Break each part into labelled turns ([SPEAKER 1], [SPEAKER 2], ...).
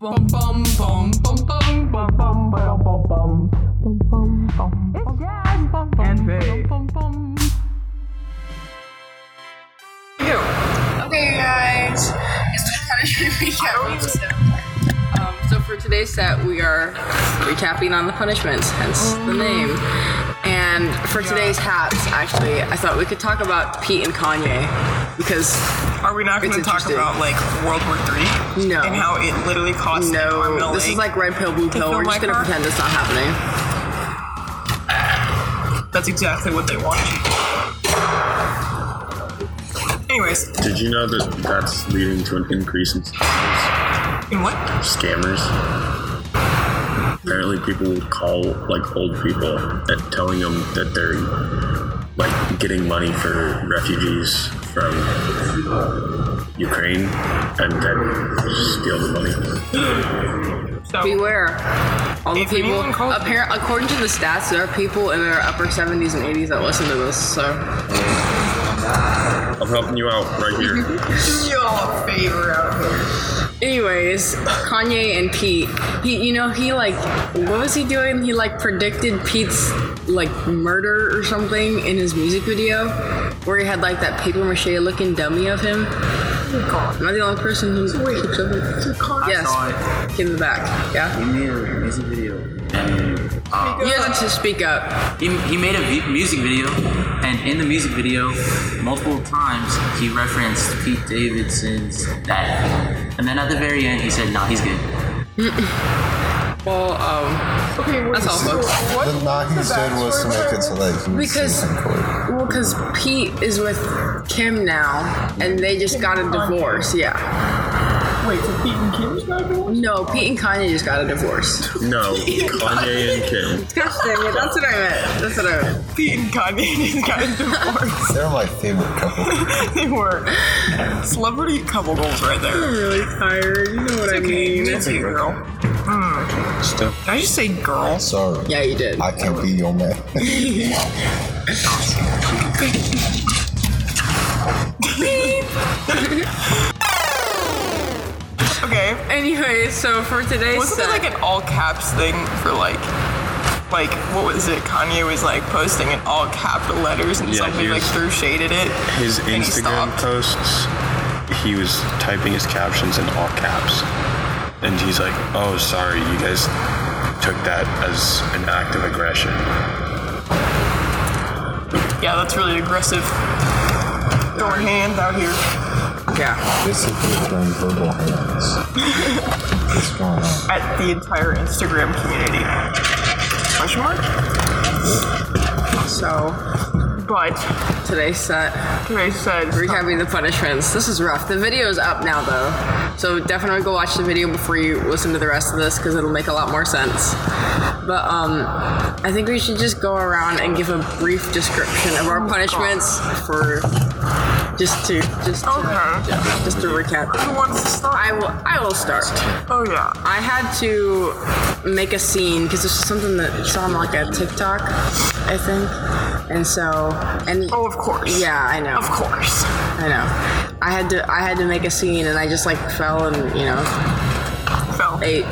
[SPEAKER 1] Bum, bum, bum, bum, bum, bum, bum, bum, bum, bum. Bum, bum, bum, bum, bum, bum,
[SPEAKER 2] And
[SPEAKER 1] bum,
[SPEAKER 2] Faith.
[SPEAKER 1] bum, bum.
[SPEAKER 3] Okay, guys. It's time to recap episode. Um, so for today's set, we are recapping on the punishments, hence the name. And for today's hats, actually, I thought we could talk about Pete and Kanye because
[SPEAKER 2] Are we not going to
[SPEAKER 3] It's
[SPEAKER 2] talk
[SPEAKER 3] interesting.
[SPEAKER 2] about like World War Three?
[SPEAKER 3] No.
[SPEAKER 2] And how it literally cost an arm and a
[SPEAKER 3] no, this
[SPEAKER 2] leg?
[SPEAKER 3] is like red pill, blue pill.
[SPEAKER 2] feel
[SPEAKER 3] We're
[SPEAKER 2] like
[SPEAKER 3] just gonna
[SPEAKER 2] her?
[SPEAKER 3] pretend it's not happening.
[SPEAKER 2] That's exactly what they wanted. Anyways,
[SPEAKER 4] Did you know that that's leading to an increase in scammers?
[SPEAKER 2] in what?
[SPEAKER 4] scammers? Apparently, people would call like old people and telling them that they're like getting money for refugees from Ukraine and then steal the money.
[SPEAKER 2] So
[SPEAKER 3] Oh. Beware. All the
[SPEAKER 2] If
[SPEAKER 3] people,
[SPEAKER 2] anyone calls-
[SPEAKER 3] appar- according to the stats, there are people in their upper 70s and 80s that listen to this. So
[SPEAKER 4] I'm helping you out right here.
[SPEAKER 2] do y'all a favor out here.
[SPEAKER 3] Anyways, Kanye and Pete, he, you know, he like, what was he doing? He like predicted Pete's like murder or something in his music video, where he had like that paper mache looking dummy of him. Am I the only person who keeps up with?
[SPEAKER 5] saw
[SPEAKER 3] Yes, in the back. Yeah,
[SPEAKER 5] He made a music video, and uh,
[SPEAKER 3] you guys need to speak up.
[SPEAKER 5] he, he made a vi- music video, and in the music video, multiple times he referenced Pete Davidson's that, and then at the very end he said, "Nah, he's good."
[SPEAKER 3] Well, um, that's all, folks.
[SPEAKER 6] The knock he said was to make it so like he
[SPEAKER 3] Because-
[SPEAKER 6] was in court.
[SPEAKER 3] Well, because Pete is with Kim now, and they just got a divorce. Yeah,
[SPEAKER 2] Wait, so Pete and Kim's not doing?
[SPEAKER 3] no, Pete and Kanye just got a divorce.
[SPEAKER 4] No, Kanye and Kim.
[SPEAKER 3] Gosh dang it, that's what I meant. That's what I meant.
[SPEAKER 2] Pete and Kanye just got a divorce.
[SPEAKER 6] They're my favorite couple.
[SPEAKER 2] they were celebrity couple goals right there.
[SPEAKER 3] I'm really tired. You know what I
[SPEAKER 2] Okay,
[SPEAKER 3] mean.
[SPEAKER 2] you too, girl. Mm. Did I just say girl?
[SPEAKER 6] Sorry.
[SPEAKER 3] Yeah, you did.
[SPEAKER 6] I can't be your man.
[SPEAKER 2] Okay.
[SPEAKER 3] Anyway, so for today's
[SPEAKER 2] Wasn't
[SPEAKER 3] set,
[SPEAKER 2] there like an all caps thing for like, like what was it? Kanye was like posting in all capital letters and
[SPEAKER 4] Yeah,
[SPEAKER 2] something
[SPEAKER 4] he
[SPEAKER 2] like
[SPEAKER 4] was-
[SPEAKER 2] through shaded it.
[SPEAKER 4] His
[SPEAKER 2] and he
[SPEAKER 4] Instagram
[SPEAKER 2] stopped.
[SPEAKER 4] posts, he was typing his captions in all caps. And he's like, oh, sorry, you guys took that as an act of aggression.
[SPEAKER 2] Yeah, that's really aggressive. Throwing hands out here.
[SPEAKER 3] yeah.
[SPEAKER 6] Basically, throwing verbal hands. What's going on?
[SPEAKER 2] at the entire Instagram community. Question mark?
[SPEAKER 3] So
[SPEAKER 2] But
[SPEAKER 3] today's set,
[SPEAKER 2] they said
[SPEAKER 3] recapping the punishments. This is rough. The video's up now though, so definitely go watch the video before you listen to the rest of this because it'll make a lot more sense. But um, I think we should just go around and give a brief description of our punishments for just to just to,
[SPEAKER 2] Okay.
[SPEAKER 3] just, just to recap.
[SPEAKER 2] who wants to start?
[SPEAKER 3] I will I will start.
[SPEAKER 2] Oh yeah.
[SPEAKER 3] I had to make a scene because this was something that it's on like a TikTok, I think, and so and
[SPEAKER 2] Oh of course.
[SPEAKER 3] yeah, I know,
[SPEAKER 2] Of course.
[SPEAKER 3] I know. I had to I had to make a scene, and I just like fell and you know
[SPEAKER 2] Fell.
[SPEAKER 3] ate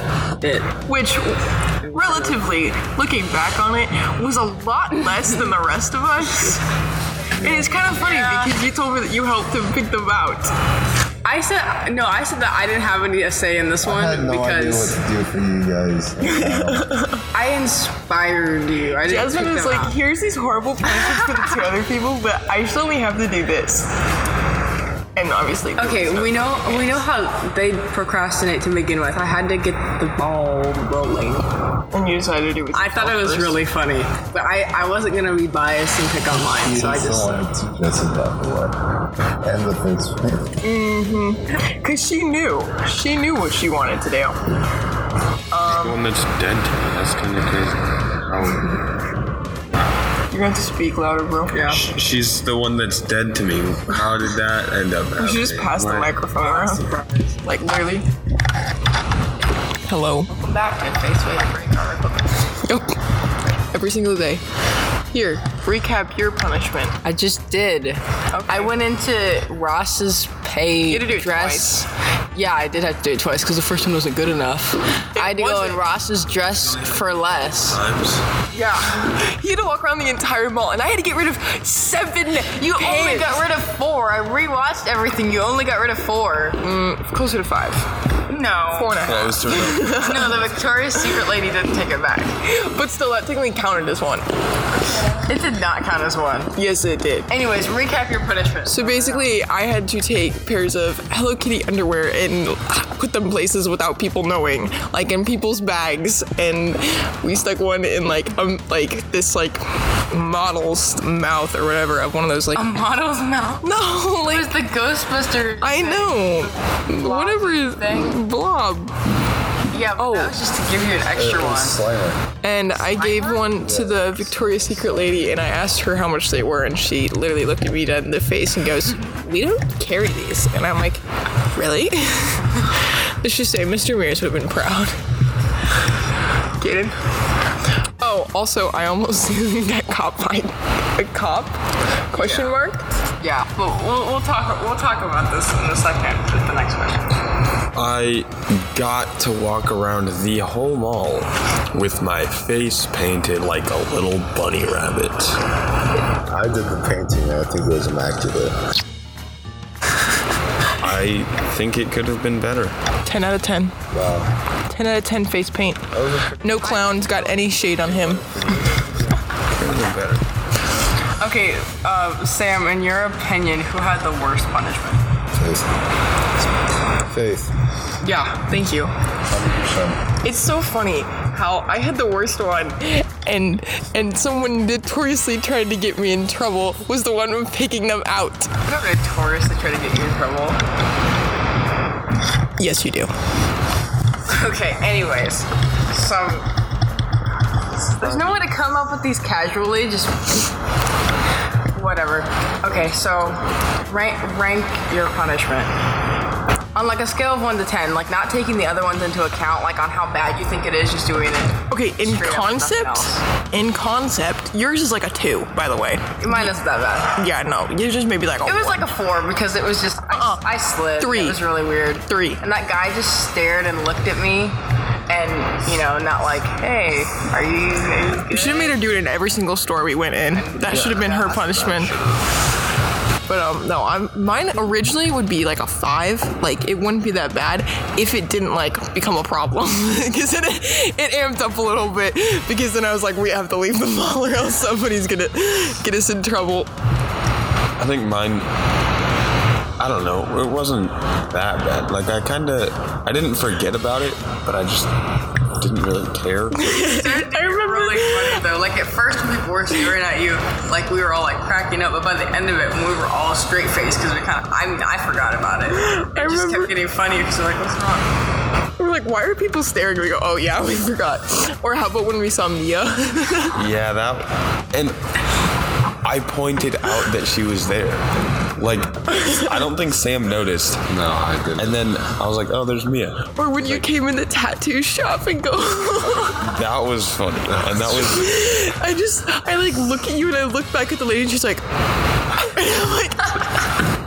[SPEAKER 3] it.
[SPEAKER 2] Which relatively looking back on it was a lot less than the rest of us. And it's kind of funny
[SPEAKER 3] Yeah.
[SPEAKER 2] because you told me that you helped him pick them out.
[SPEAKER 3] I said no, I said that I didn't have any say in this one
[SPEAKER 6] I had no idea what
[SPEAKER 3] because
[SPEAKER 6] to do for you guys.
[SPEAKER 3] I inspired you. I didn't
[SPEAKER 2] Jasmine
[SPEAKER 3] pick
[SPEAKER 2] was
[SPEAKER 3] them
[SPEAKER 2] like,
[SPEAKER 3] out.
[SPEAKER 2] here's these horrible punishments for the two other people, but I still only have to do this. And obviously.
[SPEAKER 3] Okay, we know we know how they procrastinate to begin with. I had to get the ball rolling.
[SPEAKER 2] And you decided it was.
[SPEAKER 3] I thought it was really funny, but I, I wasn't gonna be biased and pick on mine, so I just
[SPEAKER 6] wanted to dress it that way. And the things.
[SPEAKER 2] Because she knew. She knew what she wanted to do.
[SPEAKER 4] the one that's dead to me, that's kind of crazy.
[SPEAKER 2] You're going to have to speak louder, bro.
[SPEAKER 3] yeah.
[SPEAKER 4] Oh, Sh- She's the one that's dead to me. How did that end up happening?
[SPEAKER 2] You should just pass the
[SPEAKER 4] Why-
[SPEAKER 2] microphone around. Like, literally. Hello.
[SPEAKER 3] Back to face
[SPEAKER 2] Every single day. Here, recap your punishment.
[SPEAKER 3] I just did. I went into Ross's pay
[SPEAKER 2] You had to do it
[SPEAKER 3] dress
[SPEAKER 7] Yeah, I did have to do it twice because the first one wasn't good enough. I had to go in
[SPEAKER 2] wasn't.
[SPEAKER 7] Ross's dress for less.
[SPEAKER 2] Yeah. He had to walk around the entire mall, and I had to get rid of seven.
[SPEAKER 3] You only
[SPEAKER 2] pairs.
[SPEAKER 3] got rid of four. I rewatched everything. You only got rid of four.
[SPEAKER 7] Mm,
[SPEAKER 2] closer to five.
[SPEAKER 3] No.
[SPEAKER 2] Four and a half.
[SPEAKER 8] Yeah, it was turned up.
[SPEAKER 3] No, the Victoria's Secret lady didn't take it back.
[SPEAKER 2] But still, that technically counted as one.
[SPEAKER 3] It did not count as one.
[SPEAKER 2] Yes, it did.
[SPEAKER 3] Anyways, recap your punishment.
[SPEAKER 2] So basically, I had to take pairs of Hello Kitty underwear and put them places without people knowing, like in people's bags. And we stuck one in like um like this like model's mouth or whatever of one of those like
[SPEAKER 3] Model's mouth.
[SPEAKER 2] no
[SPEAKER 3] It
[SPEAKER 2] like
[SPEAKER 3] was the Ghostbuster.
[SPEAKER 2] I know whatever
[SPEAKER 3] thing?
[SPEAKER 2] blob.
[SPEAKER 3] Yeah, but
[SPEAKER 2] Oh.
[SPEAKER 3] that was just to give you an extra
[SPEAKER 6] It
[SPEAKER 3] one.
[SPEAKER 6] was Slimer.
[SPEAKER 2] And I gave one to the Victoria's Secret lady, and I asked her how much they were, and she literally looked at me dead in the face and goes, "We don't carry these." And I'm like, "Really?" Let's just say Mr. Mears would have been proud. Kaden. Oh, also, I almost got caught by a cop? Question mark.
[SPEAKER 3] Yeah, but we'll, we'll talk we'll talk about this in a second with the next question.
[SPEAKER 8] I got to walk around the whole mall with my face painted like a little bunny rabbit.
[SPEAKER 6] I did the painting. I think it was immaculate.
[SPEAKER 8] I think it could have been better.
[SPEAKER 2] Ten out of ten.
[SPEAKER 6] Wow.
[SPEAKER 2] 10 out of 10 face paint.
[SPEAKER 6] That was a pretty
[SPEAKER 2] No clown's got any shade on him.
[SPEAKER 8] Could have been better.
[SPEAKER 3] Okay, uh, Sam, in your opinion, who had the worst punishment?
[SPEAKER 6] faith. Faith. Um,
[SPEAKER 2] Yeah, thank you.
[SPEAKER 6] 100%.
[SPEAKER 2] It's so funny how I had the worst one, and and someone notoriously tried to get me in trouble was the one who picking them out.
[SPEAKER 3] Not notorious to try to get you in trouble.
[SPEAKER 2] Yes, you do.
[SPEAKER 3] Okay, anyways, so there's no way to come up with these casually. Just whatever. Okay, so rank rank your punishment on like a scale of one to ten. Like not taking the other ones into account. Like on how bad you think it is, just doing it.
[SPEAKER 2] Okay, in
[SPEAKER 3] Straight up, nothing
[SPEAKER 2] concept,
[SPEAKER 3] else.
[SPEAKER 2] in concept, yours is like a two, by the way.
[SPEAKER 3] Mine isn't that bad.
[SPEAKER 2] Yeah, no, yours is maybe like a
[SPEAKER 3] It was
[SPEAKER 2] one.
[SPEAKER 3] like a four because it was just I,
[SPEAKER 2] Uh-uh.
[SPEAKER 3] I slid.
[SPEAKER 2] Three.
[SPEAKER 3] It was really weird.
[SPEAKER 2] Three.
[SPEAKER 3] And that guy just stared and looked at me, and you know, not like, hey, are you? Are you
[SPEAKER 2] we
[SPEAKER 3] good?
[SPEAKER 2] should have made her do it in every single store we went in. That should have been her punishment. But um, no, I'm mine originally would be like a five. Like it wouldn't be that bad if it didn't like become a problem because it it amped up a little bit because then I was like, we have to leave the mall or else somebody's gonna get us in trouble.
[SPEAKER 8] I think mine. I don't know. It wasn't that bad. Like I kind of, I didn't forget about it, but I just didn't really care.
[SPEAKER 3] I remember really funny though. Like at first when people were staring at you, like we were all like cracking up, but by the end of it, when we were all straight faced because we kind of, I mean, I forgot about it. It
[SPEAKER 2] I
[SPEAKER 3] just
[SPEAKER 2] remember-
[SPEAKER 3] kept getting funny because we're like, what's wrong?
[SPEAKER 2] We're like, why are people staring? We go, oh yeah, we forgot. Or how about when we saw Mia?
[SPEAKER 8] yeah, that. And I pointed out that she was there. Like, I don't think Sam noticed.
[SPEAKER 6] No, I didn't.
[SPEAKER 8] And then I was like, "Oh, there's Mia."
[SPEAKER 2] or when you came in the tattoo shop and go.
[SPEAKER 8] That was funny, and that was
[SPEAKER 2] I just, I like look at you and I look back at the lady and she's like, and I'm like,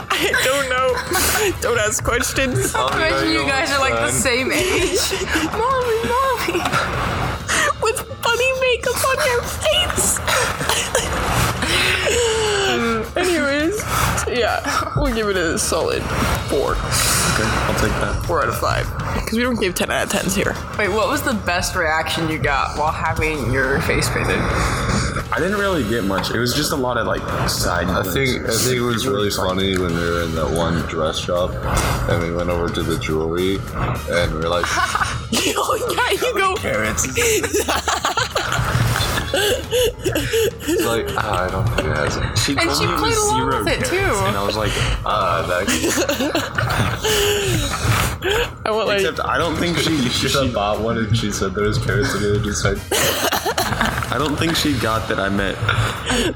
[SPEAKER 2] I don't know. Don't ask questions.
[SPEAKER 3] Imagine you guys are like the same age.
[SPEAKER 2] mommy, mommy. With funny makeup on your face. Anyways, yeah, we'll give it a solid four.
[SPEAKER 8] I'll take that.
[SPEAKER 2] Four out of five. Because we don't give 10 out of 10s here.
[SPEAKER 3] Wait, what was the best reaction you got while having your face painted?
[SPEAKER 4] I didn't really get much. It was just a lot of like side.
[SPEAKER 6] I think I think it was really funny when we were in that one dress shop and we went over to the jewelry and we were like,
[SPEAKER 2] oh, yeah, you go.
[SPEAKER 4] Parents.
[SPEAKER 6] it's like "Ah, I don't think it has it.
[SPEAKER 4] She
[SPEAKER 3] And
[SPEAKER 4] told
[SPEAKER 3] she
[SPEAKER 4] me it was
[SPEAKER 3] played along
[SPEAKER 4] zero
[SPEAKER 3] with it,
[SPEAKER 4] carrots,
[SPEAKER 3] too.
[SPEAKER 4] And I was like,
[SPEAKER 6] Ah, that
[SPEAKER 2] I want like.
[SPEAKER 4] except I don't think she.
[SPEAKER 6] she said bought one and she said there was parents and we were just like
[SPEAKER 4] I don't think she got that I meant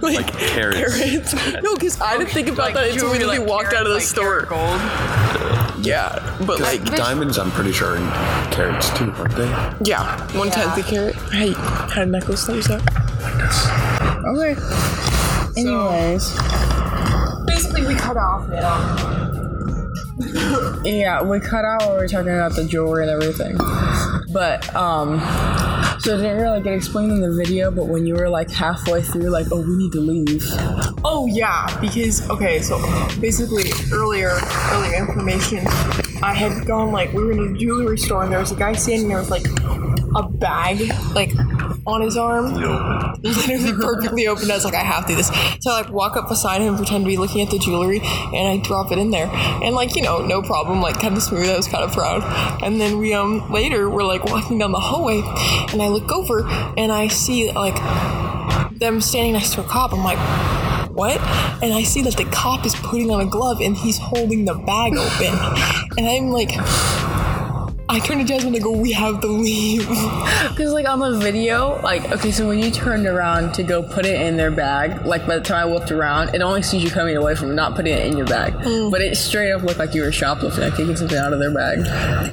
[SPEAKER 2] like,
[SPEAKER 4] like carrots.
[SPEAKER 2] carrots. No, because I didn't think about that until we
[SPEAKER 3] jewelry,
[SPEAKER 2] literally walked out of the
[SPEAKER 3] carrots,
[SPEAKER 2] store.
[SPEAKER 3] like Gold.
[SPEAKER 2] Yeah, but like,
[SPEAKER 8] Diamonds, I'm pretty sure, and carrots too, aren't they?
[SPEAKER 2] yeah, one tenth a carrot. Hey, how did necklace things up?
[SPEAKER 9] Okay. Anyways. Basically, we cut off middle.
[SPEAKER 3] Yeah, we cut out when we were talking about the jewelry and everything. But um so it didn't really get explained in the video, but when you were like halfway through, like, oh we need to leave.
[SPEAKER 1] Oh yeah, because okay, so basically earlier, earlier information, I had gone like we were in a jewelry store and there was a guy standing there with like a bag like on his arm, literally perfectly open. I was like, I have to do this. So I like walk up beside him, pretend to be looking at the jewelry, and I drop it in there. And like you know, no problem, like kind of smooth. I was kind of proud. And then we um later we're like walking down the hallway, and I look over and I see like them standing next to a cop. I'm like, what? And I see that the cop is putting on a glove and he's holding the bag open. And I'm like, I turn to Jasmine and I go, we have to leave.
[SPEAKER 3] Because like on the video, like okay, so when you turned around to go put it in their bag, like by the time I looked around, it only sees you coming away from not putting it in your bag.
[SPEAKER 1] Mm.
[SPEAKER 3] But it straight up looked like you were shoplifting, like taking something out of their bag.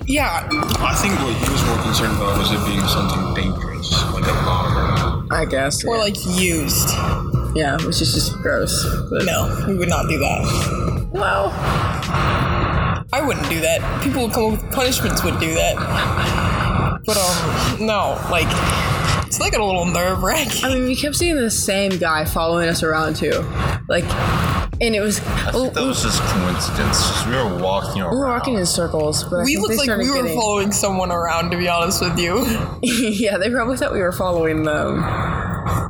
[SPEAKER 1] Yeah.
[SPEAKER 10] I think what he was more concerned about was it being something dangerous, like a bomb.
[SPEAKER 3] I guess.
[SPEAKER 1] Or
[SPEAKER 3] yeah.
[SPEAKER 1] like used.
[SPEAKER 3] yeah, it was just just gross. But
[SPEAKER 1] No, we would not do that.
[SPEAKER 3] well,
[SPEAKER 1] I wouldn't do that. People would come up with punishments would do that. But um no, like it's like a little nerve wracking.
[SPEAKER 3] I mean, we kept seeing the same guy following us around too, like, and it was
[SPEAKER 10] That was just coincidence. Just we were walking around.
[SPEAKER 3] we were walking in circles. But I
[SPEAKER 1] We
[SPEAKER 3] think
[SPEAKER 1] looked
[SPEAKER 3] they
[SPEAKER 1] like
[SPEAKER 3] started
[SPEAKER 1] we were
[SPEAKER 3] getting-
[SPEAKER 1] following someone around to be honest with you.
[SPEAKER 3] yeah, they probably thought we were following them,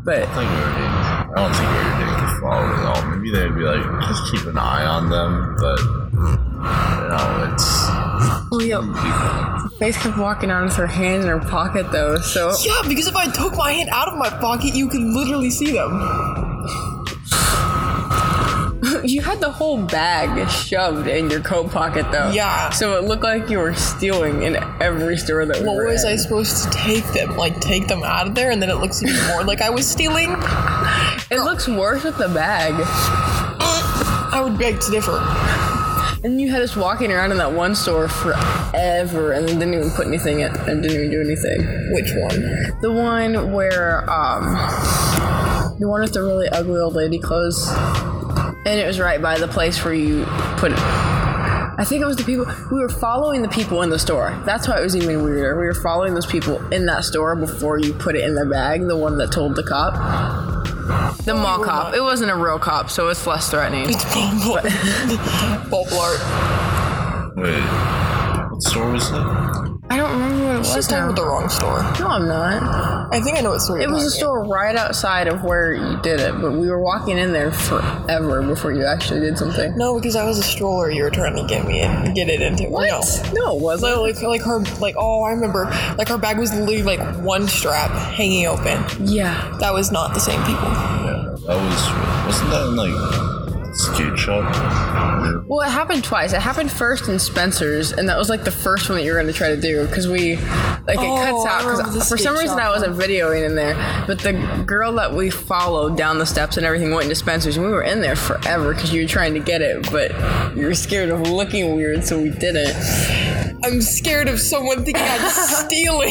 [SPEAKER 3] but
[SPEAKER 10] I think we were being- I don't think we were being followed at all. Maybe they'd be like, just keep an eye on them, but you know, it's
[SPEAKER 3] Oh, yeah. Faith kept walking out with her hand in her pocket, though, so
[SPEAKER 1] Yeah, because if I took my hand out of my pocket, you could literally see them.
[SPEAKER 3] you had the whole bag shoved in your coat pocket, though.
[SPEAKER 1] Yeah.
[SPEAKER 3] So it looked like you were stealing in every store that we
[SPEAKER 1] What
[SPEAKER 3] were
[SPEAKER 1] was
[SPEAKER 3] in.
[SPEAKER 1] I supposed to take them? Like take them out of there, and then it looks even more like I was stealing.
[SPEAKER 3] It looks worse with the bag.
[SPEAKER 1] I would beg to differ.
[SPEAKER 3] And you had us walking around in that one store forever, and didn't even put anything in, and didn't even do anything.
[SPEAKER 1] Which one?
[SPEAKER 3] The one where, um, the one with the really ugly old lady clothes. And it was right by the place where you put it. I think it was the people. We were following the people in the store. That's why it was even weirder. We were following those people in that store before you put it in their bag, the one that told the cop. The mall cop. It wasn't a real cop, so it's less threatening.
[SPEAKER 1] It's Bumble. Bumble art.
[SPEAKER 10] wait. What store was that?
[SPEAKER 3] I don't remember what it
[SPEAKER 1] She's
[SPEAKER 3] was.
[SPEAKER 1] talking
[SPEAKER 3] Now.
[SPEAKER 1] about the wrong store.
[SPEAKER 3] No, I'm not.
[SPEAKER 1] I think I know what store.
[SPEAKER 3] It
[SPEAKER 1] you're
[SPEAKER 3] was a
[SPEAKER 1] talking
[SPEAKER 3] store right outside of where you did it, but we were walking in there forever before you actually did something.
[SPEAKER 1] about. No, because I was a stroller you were trying to get me in, get it into. No.
[SPEAKER 3] No, it wasn't.
[SPEAKER 1] So like, like her, like oh, I remember. Like her bag was literally like one strap hanging open.
[SPEAKER 3] Yeah.
[SPEAKER 1] That was not the same people.
[SPEAKER 10] Yeah, that was wasn't that in like skate shop?
[SPEAKER 3] Well, it happened twice. It happened first in Spencer's, and that was like the first one that you were going to try to do because we, like,
[SPEAKER 1] Oh,
[SPEAKER 3] it cuts
[SPEAKER 1] I
[SPEAKER 3] out.
[SPEAKER 1] remember the
[SPEAKER 3] Because for some
[SPEAKER 1] skate
[SPEAKER 3] reason
[SPEAKER 1] shop
[SPEAKER 3] I wasn't videoing in there, but the girl that we followed down the steps and everything went into Spencer's, and we were in there forever because you were trying to get it, but you were scared of looking weird, so we didn't.
[SPEAKER 1] I'm scared of someone thinking I'm stealing.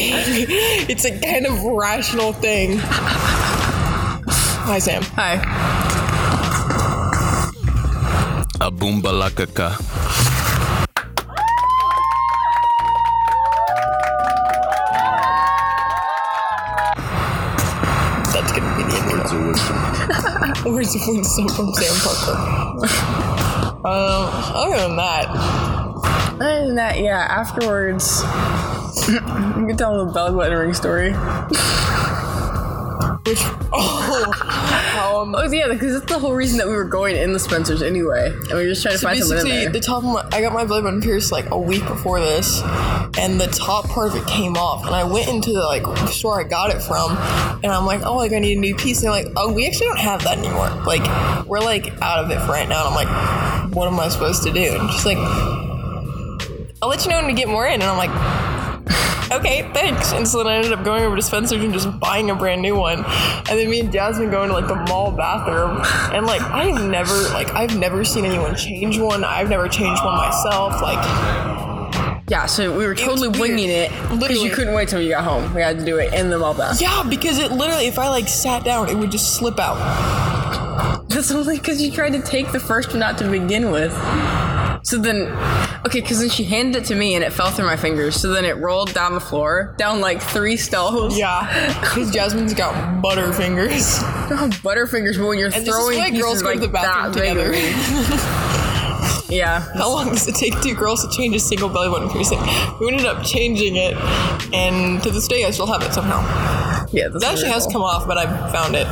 [SPEAKER 1] It's a kind of rational thing. Hi, Sam.
[SPEAKER 3] Hi.
[SPEAKER 11] A boombalakaka.
[SPEAKER 1] That's gonna be the intro.
[SPEAKER 10] It's a wisdom.
[SPEAKER 1] Where's the food so from Sam Parker? um, other than that,
[SPEAKER 3] Other than that, yeah, afterwards, you can tell the bell button ring story.
[SPEAKER 1] which oh, um,
[SPEAKER 3] Oh, yeah, because that's the whole reason that we were going in the Spencer's anyway. And we were just trying to
[SPEAKER 1] so
[SPEAKER 3] find someone in
[SPEAKER 1] basically
[SPEAKER 3] there.
[SPEAKER 1] the top of my I got my blood button pierced like a week before this, and the top part of it came off, and I went into the like store I got it from, and I'm like, oh, like I need a new piece, and they're like, oh, we actually don't have that anymore. Like we're like out of it for right now, and I'm like, what am I supposed to do? And I'm just like, I'll let you know when we get more in, and I'm like. okay, thanks. And so then I ended up going over to Spencer's and just buying a brand new one. And then me and Jasmine go into like the mall bathroom, and like I've never like I've never seen anyone change one. I've never changed one myself. Like
[SPEAKER 3] Yeah, so we were totally
[SPEAKER 1] weird.
[SPEAKER 3] winging it because
[SPEAKER 1] Literally.
[SPEAKER 3] you couldn't wait till you got home. We had to do it in the mall bath.
[SPEAKER 1] yeah, because it literally if I like sat down, it would just slip out.
[SPEAKER 3] That's only because you tried to take the first one out to begin with. So then, okay, because then she handed it to me and it fell through my fingers. So then it rolled down the floor, down like three shelves.
[SPEAKER 1] Yeah, because Jasmine's got butterfingers.
[SPEAKER 3] Got butterfingers, but when you're
[SPEAKER 1] And this is
[SPEAKER 3] throwing
[SPEAKER 1] why
[SPEAKER 3] pieces
[SPEAKER 1] girls go to
[SPEAKER 3] like
[SPEAKER 1] the bathroom
[SPEAKER 3] that big at
[SPEAKER 1] together.
[SPEAKER 3] me- yeah.
[SPEAKER 1] How long does it take two girls to change a single belly button piercing? We ended up changing it, and to this day, I still have it somehow.
[SPEAKER 3] Yeah, that's
[SPEAKER 1] that actually has
[SPEAKER 3] horrible.
[SPEAKER 1] come off, but I found it.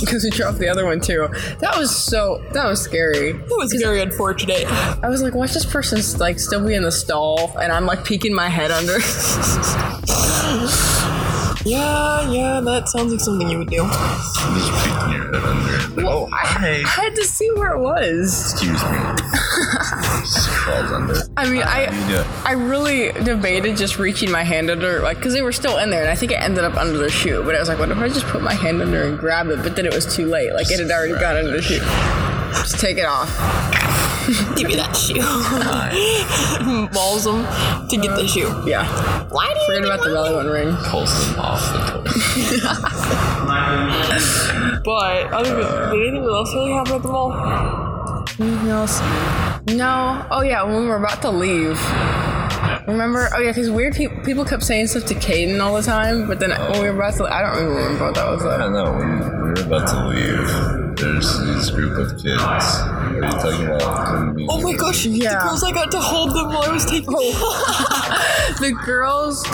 [SPEAKER 3] because we dropped the other one too. That was so that was scary. That
[SPEAKER 1] was very unfortunate.
[SPEAKER 3] I was like, watch this person's like still be in the stall, and I'm like peeking my head under.
[SPEAKER 1] Yeah, yeah, that sounds like something you would do.
[SPEAKER 10] Just peeking your head under. Oh,
[SPEAKER 3] I had to see where it was.
[SPEAKER 10] excuse me. Just crawls under.
[SPEAKER 3] I mean,
[SPEAKER 10] You do
[SPEAKER 3] I
[SPEAKER 10] it.
[SPEAKER 3] I really debated just reaching my hand under, like, because they were still in there, and I think it ended up under their shoe. But I was like, what if I just put my hand under and grab it? But then it was too late. Like, it had already gone under the shoe. Just take it off.
[SPEAKER 1] Give me that shoe. Balls them to get the shoe.
[SPEAKER 3] Yeah.
[SPEAKER 1] Why do you
[SPEAKER 3] Forget about the belly button ring.
[SPEAKER 10] Pulls them off the toilet.
[SPEAKER 1] But other than, did anything else really happen at the mall?
[SPEAKER 3] Anything else? No. Oh yeah, when we were about to leave. Remember? Oh yeah, because weird people people kept saying stuff to Caden all the time, but then when we were about to, I don't even remember what that was.
[SPEAKER 10] I
[SPEAKER 3] Like.
[SPEAKER 10] don't know. We, we were about to leave. There's this group of kids. What are you talking about? Couldn't be
[SPEAKER 1] Oh my gosh,
[SPEAKER 3] Yeah.
[SPEAKER 1] the girls I got to hold them while I was taking
[SPEAKER 3] the girls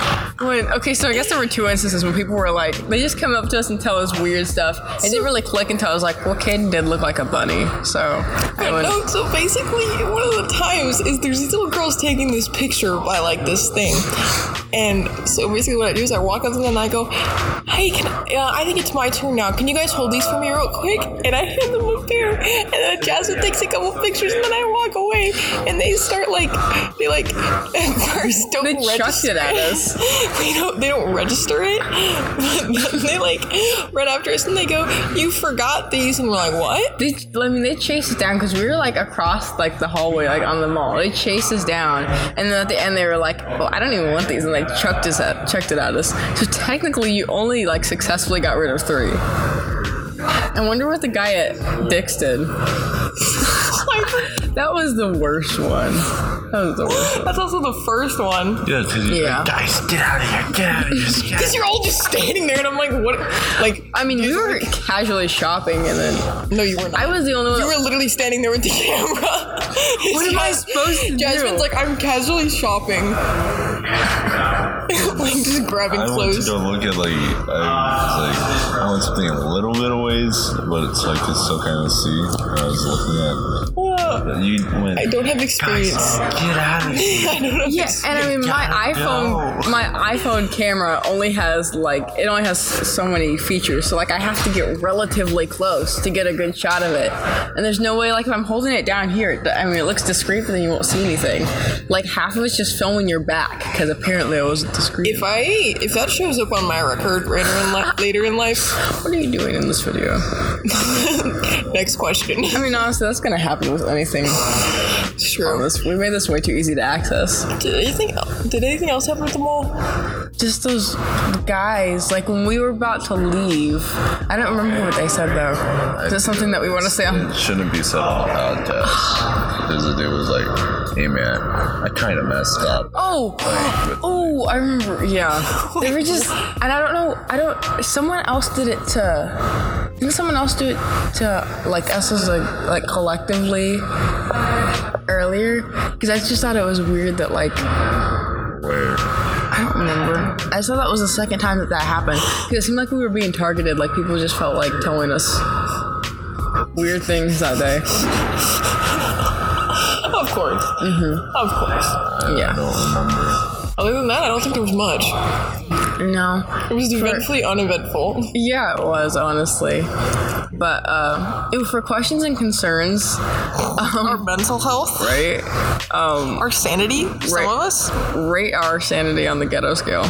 [SPEAKER 3] when okay so i guess there were two instances when people were like they just come up to us and tell us weird stuff it didn't really click until i was like well Caden did look like a bunny so I
[SPEAKER 1] But
[SPEAKER 3] went,
[SPEAKER 1] no, so basically, one of the times is there's these little girls taking this picture by like this thing. And so basically, what I do is I walk up to them and I go, Hey, can I, uh, I think it's my turn now. Can you guys hold these for me real quick? And I hand them a pair. And then Jasmine takes a couple pictures and then I walk away. And they start like, they like, at first don't
[SPEAKER 3] They
[SPEAKER 1] register.
[SPEAKER 3] chucked it at us.
[SPEAKER 1] they don't they don't register it. But then they like right after us and they go, You forgot these. And we're like, What?
[SPEAKER 3] they, I mean, they chased us down because we were like across like the hallway, like on the mall. They chased us down, and then at the end they were like, "Well, I don't even want these," and they chucked us at, chucked it at us. So technically, you only like successfully got rid of three. I wonder what the guy at Dick's did. that was the worst one. That was the worst. One.
[SPEAKER 1] That's also the first one.
[SPEAKER 10] Yeah, because he's
[SPEAKER 3] Yeah.
[SPEAKER 10] like, guys, get out of here, get out of here.
[SPEAKER 1] Because you're all just standing there, and I'm like, what? Like,
[SPEAKER 3] I mean, we were casually shopping, and then
[SPEAKER 1] no, you were not.
[SPEAKER 3] I was the only one.
[SPEAKER 1] you were literally standing there with the camera. What
[SPEAKER 3] am I supposed to do?
[SPEAKER 1] Jasmine's like, I'm casually shopping. like, just grabbing
[SPEAKER 10] I went to
[SPEAKER 1] clothes.
[SPEAKER 10] go look at like I was like I want something a little bit of ways, but it's like it's still kind of see. I was looking at
[SPEAKER 1] Uh,
[SPEAKER 10] but you went.
[SPEAKER 1] I don't have experience. I don't have
[SPEAKER 3] Yeah,
[SPEAKER 1] ex-
[SPEAKER 3] and I mean my iPhone, my iPhone camera only has like it only has so many features. So like I have to get relatively close to get a good shot of it. And there's no way like if I'm holding it down here, it- I mean it looks discreet, but then you won't see anything. Like half of it's just filming your back because apparently it wasn't discreet.
[SPEAKER 1] If I if that shows up on my record later in, li- later in life,
[SPEAKER 3] what are you doing in this video?
[SPEAKER 1] next question.
[SPEAKER 3] I mean honestly, that's gonna happen with anything.
[SPEAKER 1] Sure.
[SPEAKER 3] This- We made this way too easy to access.
[SPEAKER 1] Did anything did anything else happen at the mall?
[SPEAKER 3] Just those guys, like when we were about to leave, I don't remember what they said though. Is this something that we want to say on
[SPEAKER 10] It shouldn't be said on the podcast. Because the dude was like, "Hey man, I kind of messed up."
[SPEAKER 3] Oh, oh, I remember. Yeah, they were just, and I don't know. I don't. Someone else did it to. Didn't someone else do it to like us as a like collectively earlier? Because I just thought it was weird that like
[SPEAKER 10] Where?
[SPEAKER 3] I don't remember. I thought that was the second time that that happened. Because it seemed like we were being targeted. Like people just felt like telling us weird things that day.
[SPEAKER 1] Of course. Mm-hmm. Of course.
[SPEAKER 3] Yeah.
[SPEAKER 1] Other than that, I don't think there was much.
[SPEAKER 3] No.
[SPEAKER 1] It was eventfully uneventful.
[SPEAKER 3] Yeah, it was honestly, but uh, it, for questions and concerns,
[SPEAKER 1] our mental health,
[SPEAKER 3] right? Um,
[SPEAKER 1] our sanity, some
[SPEAKER 3] Right.
[SPEAKER 1] of us.
[SPEAKER 3] rate our sanity on the ghetto scale.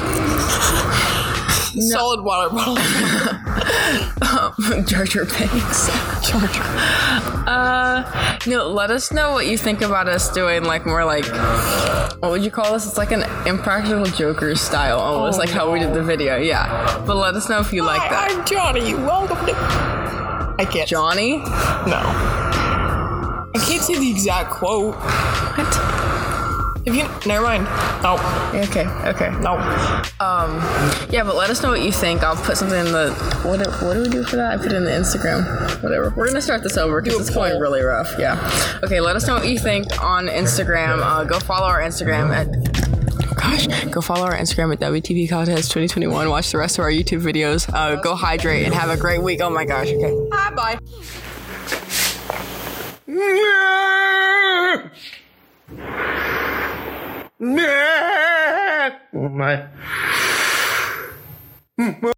[SPEAKER 1] Solid water bottle.
[SPEAKER 3] Jar Jar Binks. Uh, no, let us know what you think about us doing like more like what would you call this? It's like an impractical Joker style almost,
[SPEAKER 1] Oh,
[SPEAKER 3] like how we did the video. Yeah, but let us know if you like
[SPEAKER 1] Hi,
[SPEAKER 3] that.
[SPEAKER 1] I'm Johnny. Welcome to. I can't.
[SPEAKER 3] Johnny,
[SPEAKER 1] No. You can't say the exact quote. What? If you never mind. Oh. No.
[SPEAKER 3] Okay. Okay.
[SPEAKER 1] No.
[SPEAKER 3] Um. Yeah, but let us know what you think. I'll put something in the what. Do, what do we do for that? I put it in the Instagram. Whatever. We're gonna start this over because it's going really rough. Yeah. Okay. Let us know what you think on Instagram. Uh, go follow our Instagram at gosh, go follow our Instagram at WTV Contest 2021. Watch the rest of our YouTube videos. Uh, go hydrate and have a great week. Oh my gosh. Okay.
[SPEAKER 1] Bye bye.
[SPEAKER 12] Oh my.